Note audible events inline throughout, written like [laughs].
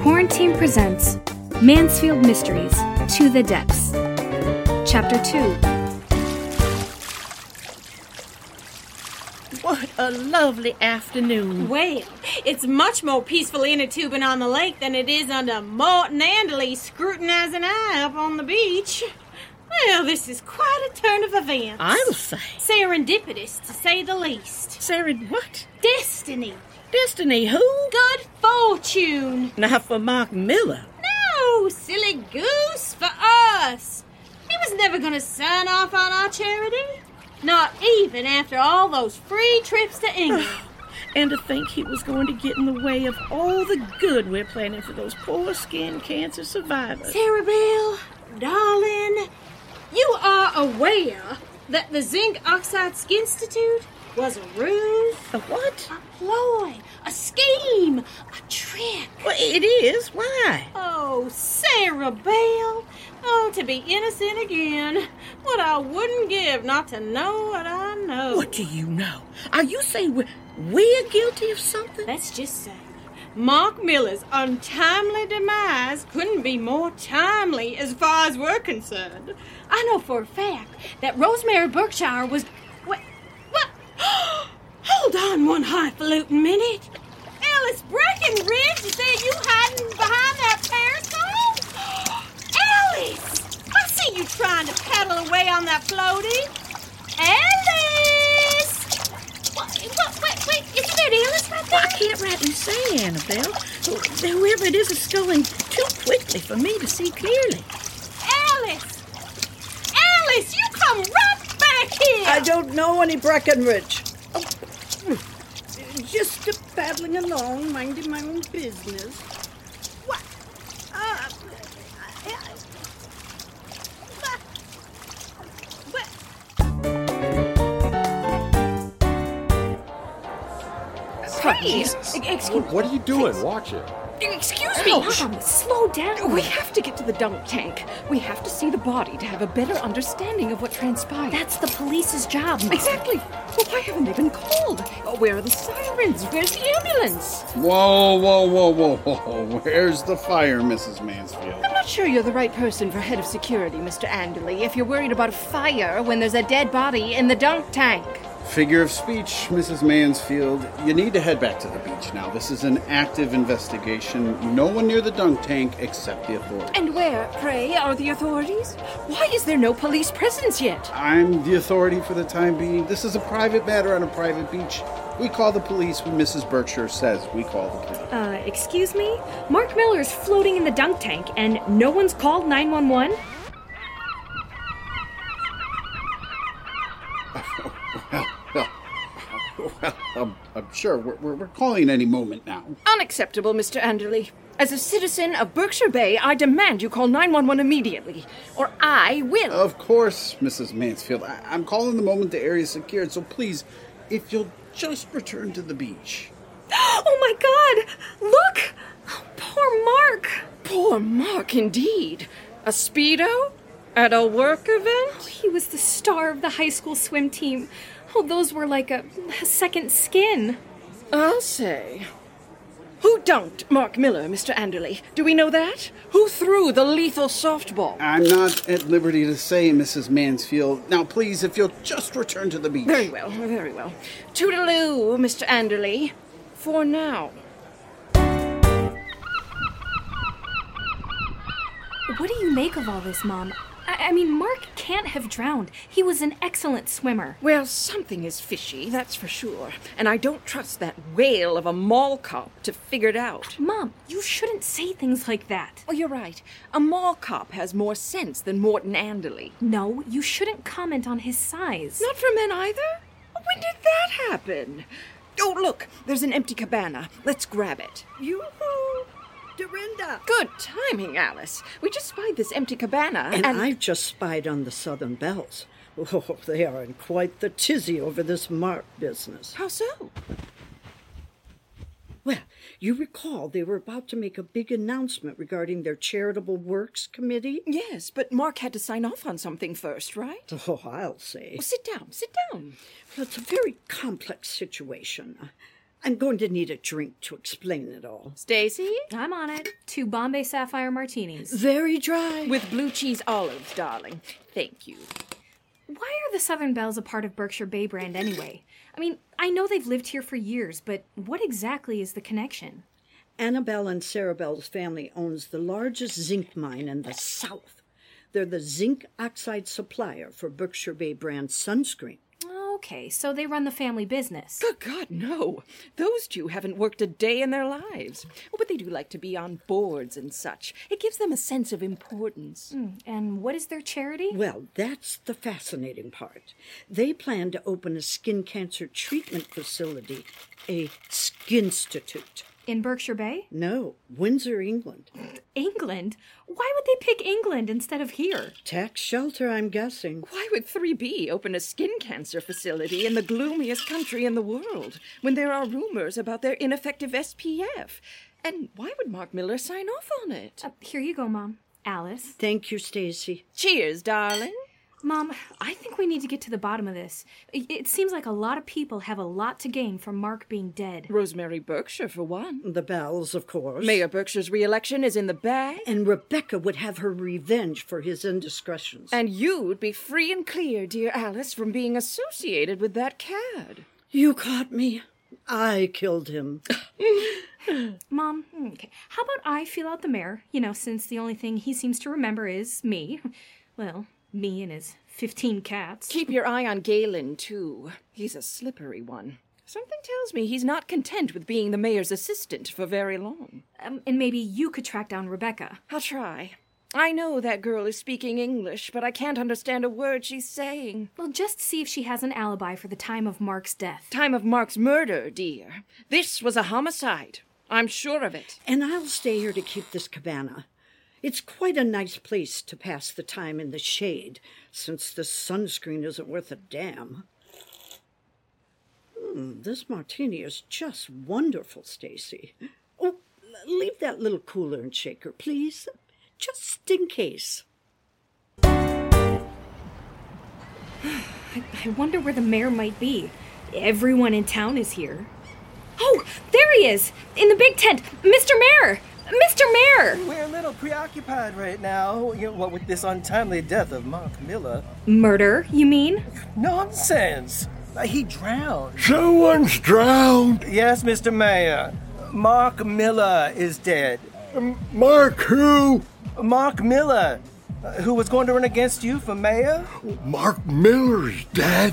Quarantine presents Mansfield Mysteries To the Depths. Chapter 2 What a lovely afternoon. Well, it's much more peaceful in a tube and on the lake than it is under Morton Anderley's scrutinizing eye up on the beach. Well, this is quite a turn of events. I'll say. Serendipitous, to say the least. Sarah, what? Destiny. Destiny who? Good fortune. Not for Mark Miller. No, silly goose, for us. He was never going to sign off on our charity. Not even after all those free trips to England. And to think he was going to get in the way of all the good we're planning for those poor skin cancer survivors. Sarah Bell, darling, you are aware that the Zinc Oxide Skin Institute was a ruse, A what? a ploy, a scheme, a trick. Well, it is. Why? Oh, Sarah Bell. Oh, to be innocent again. What I wouldn't give not to know what I know. What do you know? Are you saying we're, we're guilty of something? Let's just say, Mark Miller's untimely demise couldn't be more timely as far as we're concerned. I know for a fact that Rosemary Berkshire was. What? What? [gasps] Hold on one highfalutin minute. Alice Breckenridge, is that you hiding behind that parasol? [gasps] Alice! I see you trying to paddle away on that floaty. Alice! Wait, wait, wait, isn't that Alice right Well, I there? can't rightly say, Annabelle. Wh- Whoever it is is going too quickly for me to see clearly. Alice! Alice, you come right back here! I don't know any Breckenridge. Oh, Just uh, paddling along, minding my own business. What? Uh, I- I- What, what are you doing? Watch it. Excuse me. slow down. We have to get to the dump tank. We have to see the body to have a better understanding of what transpired. That's the police's job. exactly. Well, why haven't they been called? Uh, Where are the sirens? Where's the ambulance? Whoa, whoa, whoa, whoa, whoa. Where's the fire, Mrs. Mansfield? I'm not sure you're the right person for head of security, Mr. Anderley, if you're worried about a fire when there's a dead body in the dump tank. Figure of speech, Mrs. Mansfield. You need to head back to the beach now. This is an active investigation. No one near the dunk tank except the authorities. And where, pray, are the authorities? Why is there no police presence yet? I'm the authority for the time being. This is a private matter on a private beach. We call the police when Mrs. Berkshire says we call the police. Uh, excuse me? Mark Miller's floating in the dunk tank and no one's called 911? Um, I'm sure we're, we're, we're calling any moment now. Unacceptable, Mr. Anderley. As a citizen of Berkshire Bay, I demand you call 911 immediately, or I will. Of course, Mrs. Mansfield. I- I'm calling the moment the area's secured, so please, if you'll just return to the beach. Oh my god! Look! Oh, poor Mark! Poor Mark, indeed. A Speedo? At a work event? He was the star of the high school swim team. Oh, those were like a, a second skin. I'll say. Who dunked Mark Miller, Mr. Anderley? Do we know that? Who threw the lethal softball? I'm not at liberty to say, Mrs. Mansfield. Now, please, if you'll just return to the beach. Very well, very well. Toodaloo, Mr. Anderley. For now. What do you make of all this, Mom? I, I mean, Mark can't have drowned. He was an excellent swimmer. Well, something is fishy, that's for sure. And I don't trust that whale of a mall cop to figure it out. Mom, you shouldn't say things like that. Oh, you're right. A mall cop has more sense than Morton Anderley. No, you shouldn't comment on his size. Not for men either? When did that happen? Oh, look, there's an empty cabana. Let's grab it. Yoo-hoo! Dorinda! Good timing, Alice. We just spied this empty cabana. And, I've just spied on the Southern Bells. Oh, [laughs] they are in quite the tizzy over this mark business. How so? Well, you recall they were about to make a big announcement regarding their charitable works committee. Yes, but Mark had to sign off on something first, right? Oh, I'll say. Well, sit down, sit down. Well, it's a very complex situation. I'm going to need a drink to explain it all. Stacy? I'm on it. Two Bombay Sapphire martinis. Very dry. With blue cheese olives, darling. Thank you. Why are the Southern Bells a part of Berkshire Bay brand anyway? I mean, I know they've lived here for years, but what exactly is the connection? Annabelle and Sarah Bell's family owns the largest zinc mine in the South. They're the zinc oxide supplier for Berkshire Bay brand sunscreen. Okay, so they run the family business. Good God, no. Those two haven't worked a day in their lives. Oh, but they do like to be on boards and such. It gives them a sense of importance. And what is their charity? Well, that's the fascinating part. They plan to open a skin cancer treatment facility, a skinstitute. In Berkshire Bay? No, Windsor, England. England? Why would they pick England instead of here? Tax shelter, I'm guessing. Why would 3B open a skin cancer facility in the gloomiest country in the world when there are rumors about their ineffective SPF? And why would Mark Miller sign off on it? Uh, here you go, Mom. Alice. Thank you, Stacy. Cheers, darling. Mom, I think we need to get to the bottom of this. I- It seems like a lot of people have a lot to gain from Mark being dead. Rosemary Berkshire, for one. The bells, of course. Mayor Berkshire's reelection is in the bag, And Rebecca would have her revenge for his indiscretions. and you'd be free and clear, dear Alice, from being associated with that cad. you caught me. I killed him. Mom, hmm, okay. How about I feel out the mayor? You know, since the only thing he seems to remember is me. [laughs] Well, me and his 15 cats. Keep your eye on Galen, too. He's a slippery one. Something tells me he's not content with being the mayor's assistant for very long. Um, and maybe you could track down Rebecca. I'll try. I know that girl is speaking English, but I can't understand a word she's saying. Well, just see if she has an alibi for the time of Mark's death. Time of Mark's murder, dear. This was a homicide. I'm sure of it. And I'll stay here to keep this cabana. It's quite a nice place to pass the time in the shade, since the sunscreen isn't worth a damn. Hmm, this martini is just wonderful, Stacy. Oh, l- leave that little cooler and shaker, please, just in case. I wonder where the mayor might be. Everyone in town is here. Oh, there he is! In the big tent! Mr. Mayor! Mr. Mayor! We're a little preoccupied right now, you know, what with this untimely death of Mark Miller. Murder, you mean? Nonsense! Uh, He drowned. Someone's drowned. Yes, Mr. Mayor. Mark Miller is dead. Mark who? Mark Miller, uh, who was going to run against you for mayor? Mark Miller's dead.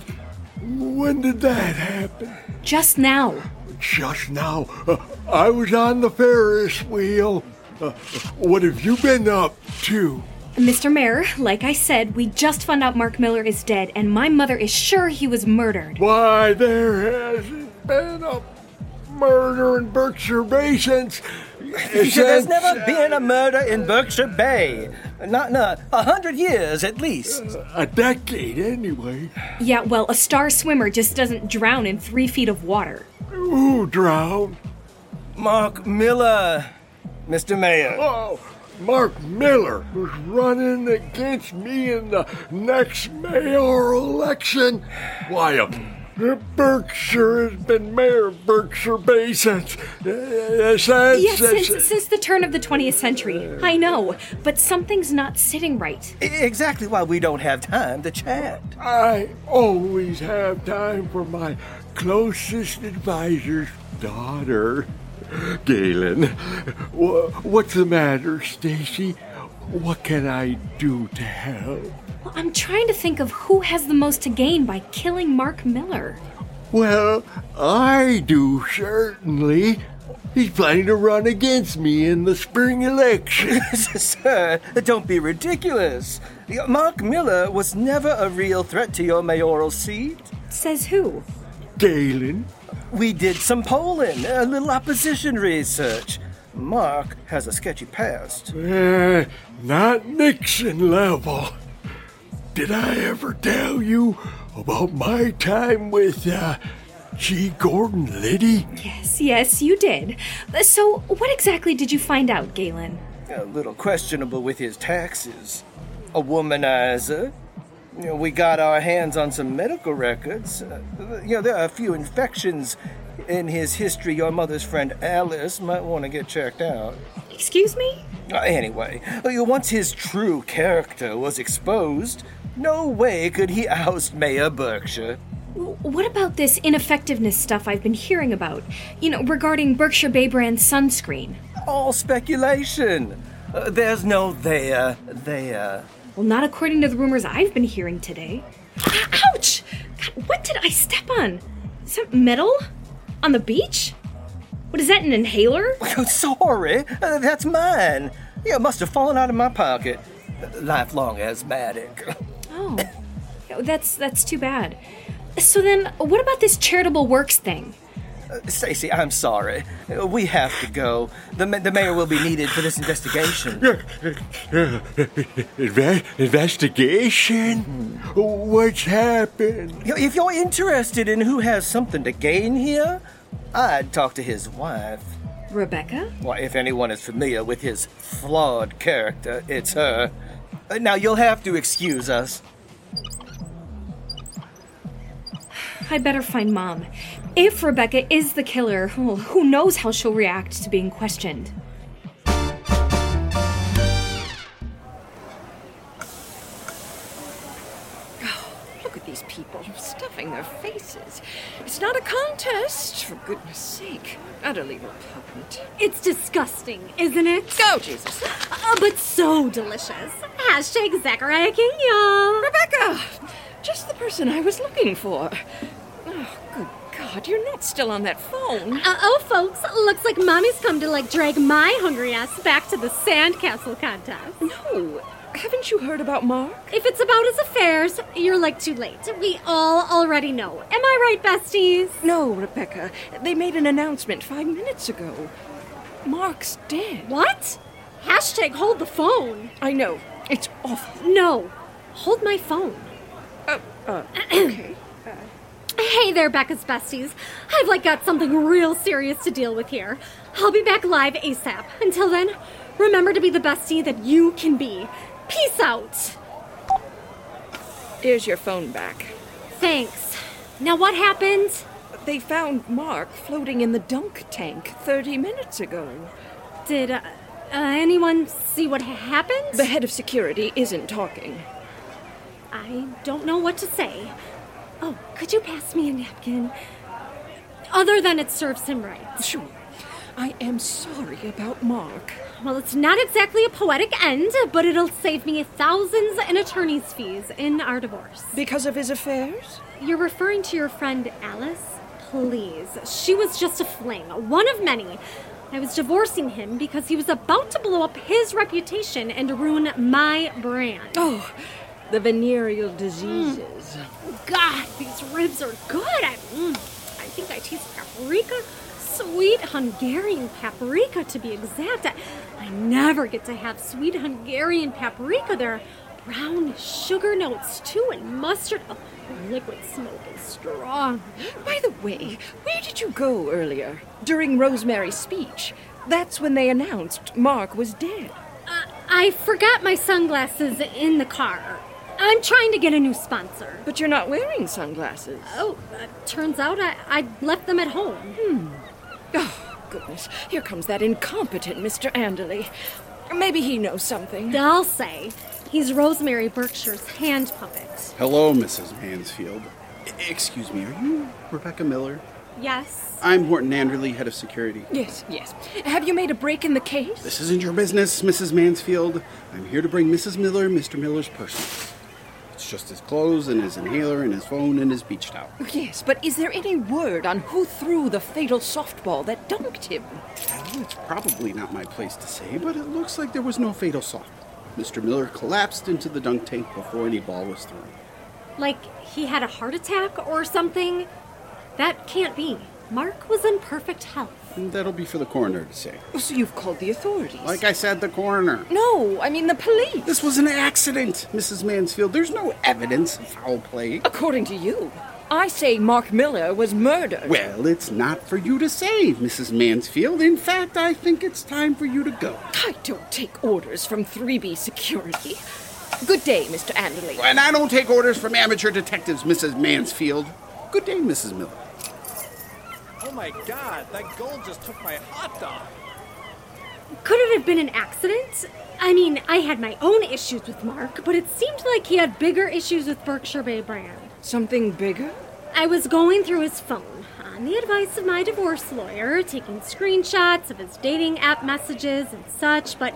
When did that happen? Just now. Just now. Uh, I was on the Ferris wheel. Uh, what have you been up to? Mr. Mayor, like I said, we just found out Mark Miller is dead, and my mother is sure he was murdered. Why, there hasn't been a murder in Berkshire Bay since. There's since- never been a murder in Berkshire Bay. Not in a a hundred years, at least. A decade, anyway. Yeah, well, a star swimmer just doesn't drown in three feet of water. Who drowned? Mark Miller, Mr. Mayor. Oh, Mark Miller was running against me in the next mayoral election. Why, um, Berkshire has been mayor of Berkshire Bay since. Uh, since, Yes, since, since the turn of the 20th century. I know, but something's not sitting right. E- Exactly why we don't have time to chat. I always have time for my closest advisor's daughter, Galen. wha- What's the matter, Stacy? What can I do to help? Well, I'm trying to think of who has the most to gain by killing Mark Miller. Well, I do certainly. He's planning to run against me in the spring election. [laughs] [laughs] Sir, don't be ridiculous. Mark Miller was never a real threat to your mayoral seat. Says who? Galen, We did some polling, a little opposition research. Mark has a sketchy past. eh, not Nixon level. Did I ever tell you about my time with uh, G. Gordon Liddy? [laughs] Yes, yes, you did. So, what exactly did you find out, Galen? A little questionable with his taxes. A womanizer. You know, we got our hands on some medical records. Uh, you know, there are a few infections In his history, your mother's friend Alice might want to get checked out. Excuse me? Uh, Anyway, uh, once his true character was exposed, no way could he oust Mayor Berkshire. W- What about this ineffectiveness stuff I've been hearing about? You know, regarding Berkshire Bay brand sunscreen. All speculation. Uh, there's no there, there. Well, not according to the rumors I've been hearing today. Ah, Ouch! God, what did I step on? Is that metal? On the beach? What is that, an inhaler? Oh, Sorry, uh, that's mine. Yeah, it must have fallen out of my pocket. Uh, Lifelong asthmatic. Oh. Yeah, That's that's too bad. So then, what about this charitable works thing? Stacy, I'm sorry. Uh, We have to go. The, ma- the mayor will be needed for this investigation. Inve- investigation? What's happened? You know, If you're interested in who has something to gain here, I'd talk to his wife. Rebecca? Why, if anyone is familiar with his flawed character, it's her. Uh, Now, you'll have to excuse us. I better find mom. If Rebecca is the killer, oh, well, who knows how she'll react to being questioned. Look at these people stuffing their faces. It's not a contest, for goodness sake. Utterly repugnant. It's disgusting, isn't it? Go, Jesus. Uh, but so delicious. Hashtag Zachariah King, y'all. Rebecca! Just the person I was looking for. Oh, good God, you're not still on that phone. Uh oh, folks. Looks like mommy's come to like drag my hungry ass back to the sandcastle contest. No. Haven't you heard about Mark? If it's about his affairs, you're like too late. We all already know. Am I right, besties? No, Rebecca. They made an announcement five minutes ago. Mark's dead. What? Hashtag hold the phone. I know. It's awful. No, hold my phone. Uh, uh, okay. Hey there, Becca's besties. I've like got something real serious to deal with here. I'll be back live ASAP. Until then, remember to be the bestie that you can be. Peace out. Here's your phone back. Thanks. Now what happened? They found Mark floating in the dunk tank 30 minutes ago. Did uh, uh, anyone see what ha- happened? The head of security isn't talking. I don't know what to say. Oh, could you pass me a napkin? Other than it serves him right. Sure. I am sorry about Mark. Well, it's not exactly a poetic end, but it'll save me thousands in attorney's fees in our divorce. Because of his affairs? You're referring to your friend Alice? Please. She was just a fling, one of many. I was divorcing him because he was about to blow up his reputation and ruin my brand. Oh, the venereal diseases. God, these ribs are good. I, mm, I think I taste paprika. Sweet Hungarian paprika, to be exact. I, I never get to have sweet Hungarian paprika. There are brown sugar notes, too, and mustard. Oh, liquid smoke is strong. By the way, where did you go earlier? During Rosemary's speech. That's when they announced Mark was dead. Uh, I forgot my sunglasses in the car. I'm trying to get a new sponsor. But you're not wearing sunglasses. Oh, uh, turns out I, I left them at home. Uh, Oh, goodness. Here comes that incompetent Mr. Anderley. Maybe he knows something. They'll say he's Rosemary Berkshire's hand puppet. Hello, Mrs. Mansfield. E- Excuse me, are you Rebecca Miller? Yes. I'm Horton Anderley, head of security. Yes, yes. Have you made a break in the case? This isn't your business, Mrs. Mansfield. I'm here to bring Mrs. Miller Mr. Miller's personals. It's just his clothes and his inhaler and his phone and his beach towel. Yes, but is there any word on who threw the fatal softball that dunked him? Well, it's probably not my place to say, but it looks like there was no fatal softball. Mr. Miller collapsed into the dunk tank before any ball was thrown. Like he had a heart attack or something? That can't be. Mark was in perfect health. And that'll be for the coroner to say. Oh, so you've called the authorities. Like I said, the coroner. No, I mean the police. This was an accident, Mrs. Mansfield. There's no evidence of foul play. According to you, I say Mark Miller was murdered. Well, it's not for you to say, Mrs. Mansfield. In fact, I think it's time for you to go. I don't take orders from 3B security. Good day, Mr. Anderley. And I don't take orders from amateur detectives, Mrs. Mansfield. Good day, Mrs. Miller. Oh my god, that gold just took my hot dog. Could it have been an accident? I mean, I had my own issues with Mark, but it seemed like he had bigger issues with Berkshire Bay Brand. Something bigger? I was going through his phone on the advice of my divorce lawyer, taking screenshots of his dating app messages and such, but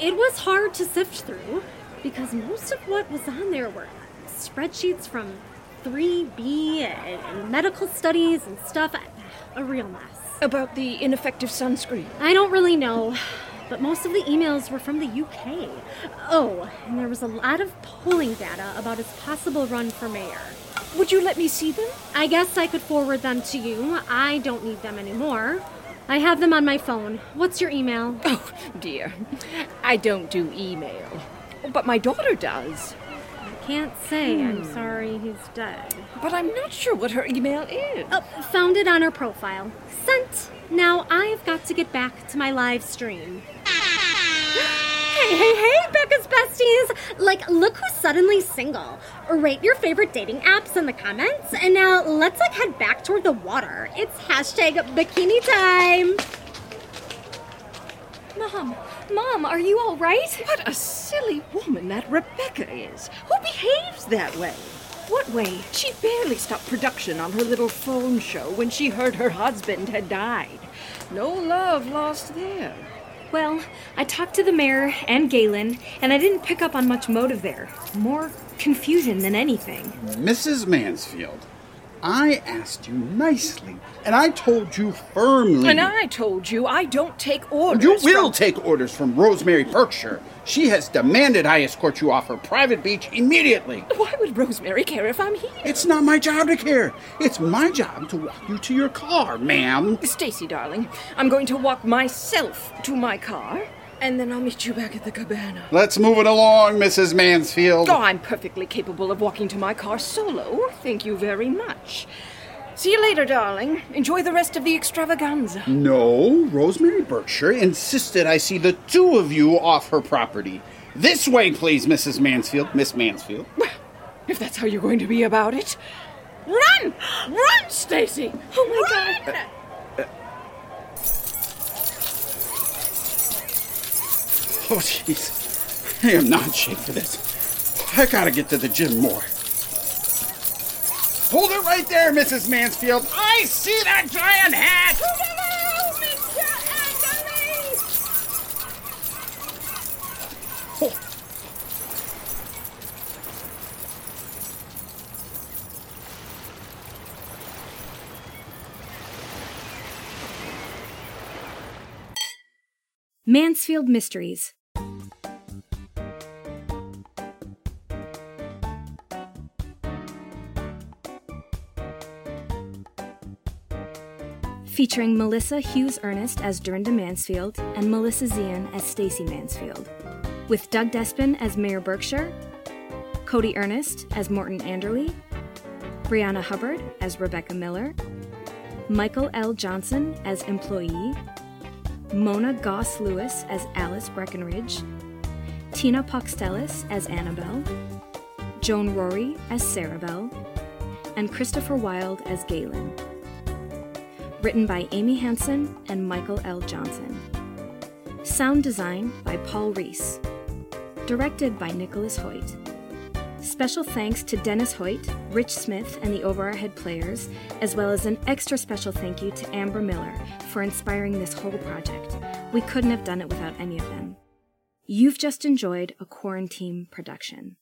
it was hard to sift through because most of what was on there were spreadsheets from 3B and, and medical studies and stuff. A real mess. About the ineffective sunscreen. I don't really know, but most of the emails were from the UK. Oh, and there was a lot of polling data about his possible run for mayor. Would you let me see them? I guess I could forward them to you. I don't need them anymore. I have them on my phone. What's your email? Oh, dear. I don't do email. But my daughter does. I can't say. I'm sorry he's dead. But I'm not sure what her email is. Oh, found it on her profile. Sent. Now I've got to get back to my live stream. [gasps] Hey, hey, hey, Becca's besties! Like, look who's suddenly single. Rate your favorite dating apps in the comments, and now let's like head back toward the water. It's hashtag bikini time. Mom, Mom, are you all right? What a silly woman that Rebecca is. Who behaves that way? What way? She barely stopped production on her little phone show when she heard her husband had died. No love lost there. Well, I talked to the mayor and Galen, and I didn't pick up on much motive there. More confusion than anything. Mrs. Mansfield, I asked you nicely, and I told you firmly. And I told you I don't take orders. You will from- take orders from Rosemary Berkshire. She has demanded I escort you off her private beach immediately. Why would Rosemary care if I'm here? It's not my job to care. It's my job to walk you to your car, ma'am. Stacy, darling, I'm going to walk myself to my car, and then I'll meet you back at the cabana. Let's move it along, Mrs. Mansfield. Oh, I'm perfectly capable of walking to my car solo. Thank you very much. See you later, darling. Enjoy the rest of the extravaganza. Mm. No, Rosemary Berkshire insisted I see the two of you off her property. This way, please, Mrs. Mansfield. Miss Mansfield. If that's how you're going to be about it. Run! Run, Stacy! Oh my god. [laughs] Oh, jeez. I am not shaped for this. I gotta get to the gym more. Hold it right there, Mrs. Mansfield. I see that giant hat. Mansfield Mysteries. Featuring Melissa Hughes Ernest as Dorinda Mansfield and Melissa Zian as Stacy Mansfield. With Doug Despin as Mayor Berkshire, Cody Ernest as Morton Anderley, Brianna Hubbard as Rebecca Miller, Michael L. Johnson as employee, Mona Goss Lewis as Alice Breckenridge, Tina Poxtelis as Annabelle, Joan Rory as Sarabelle, and Christopher Wilde as Galen. Written by Amy Hansen and Michael L. Johnson. Sound design by Paul Reese. Directed by Nicholas Hoyt. Special thanks to Dennis Hoyt, Rich Smith, and the Overhead Players, as well as an extra special thank you to Amber Miller for inspiring this whole project. We couldn't have done it without any of them. You've just enjoyed a quarantine production.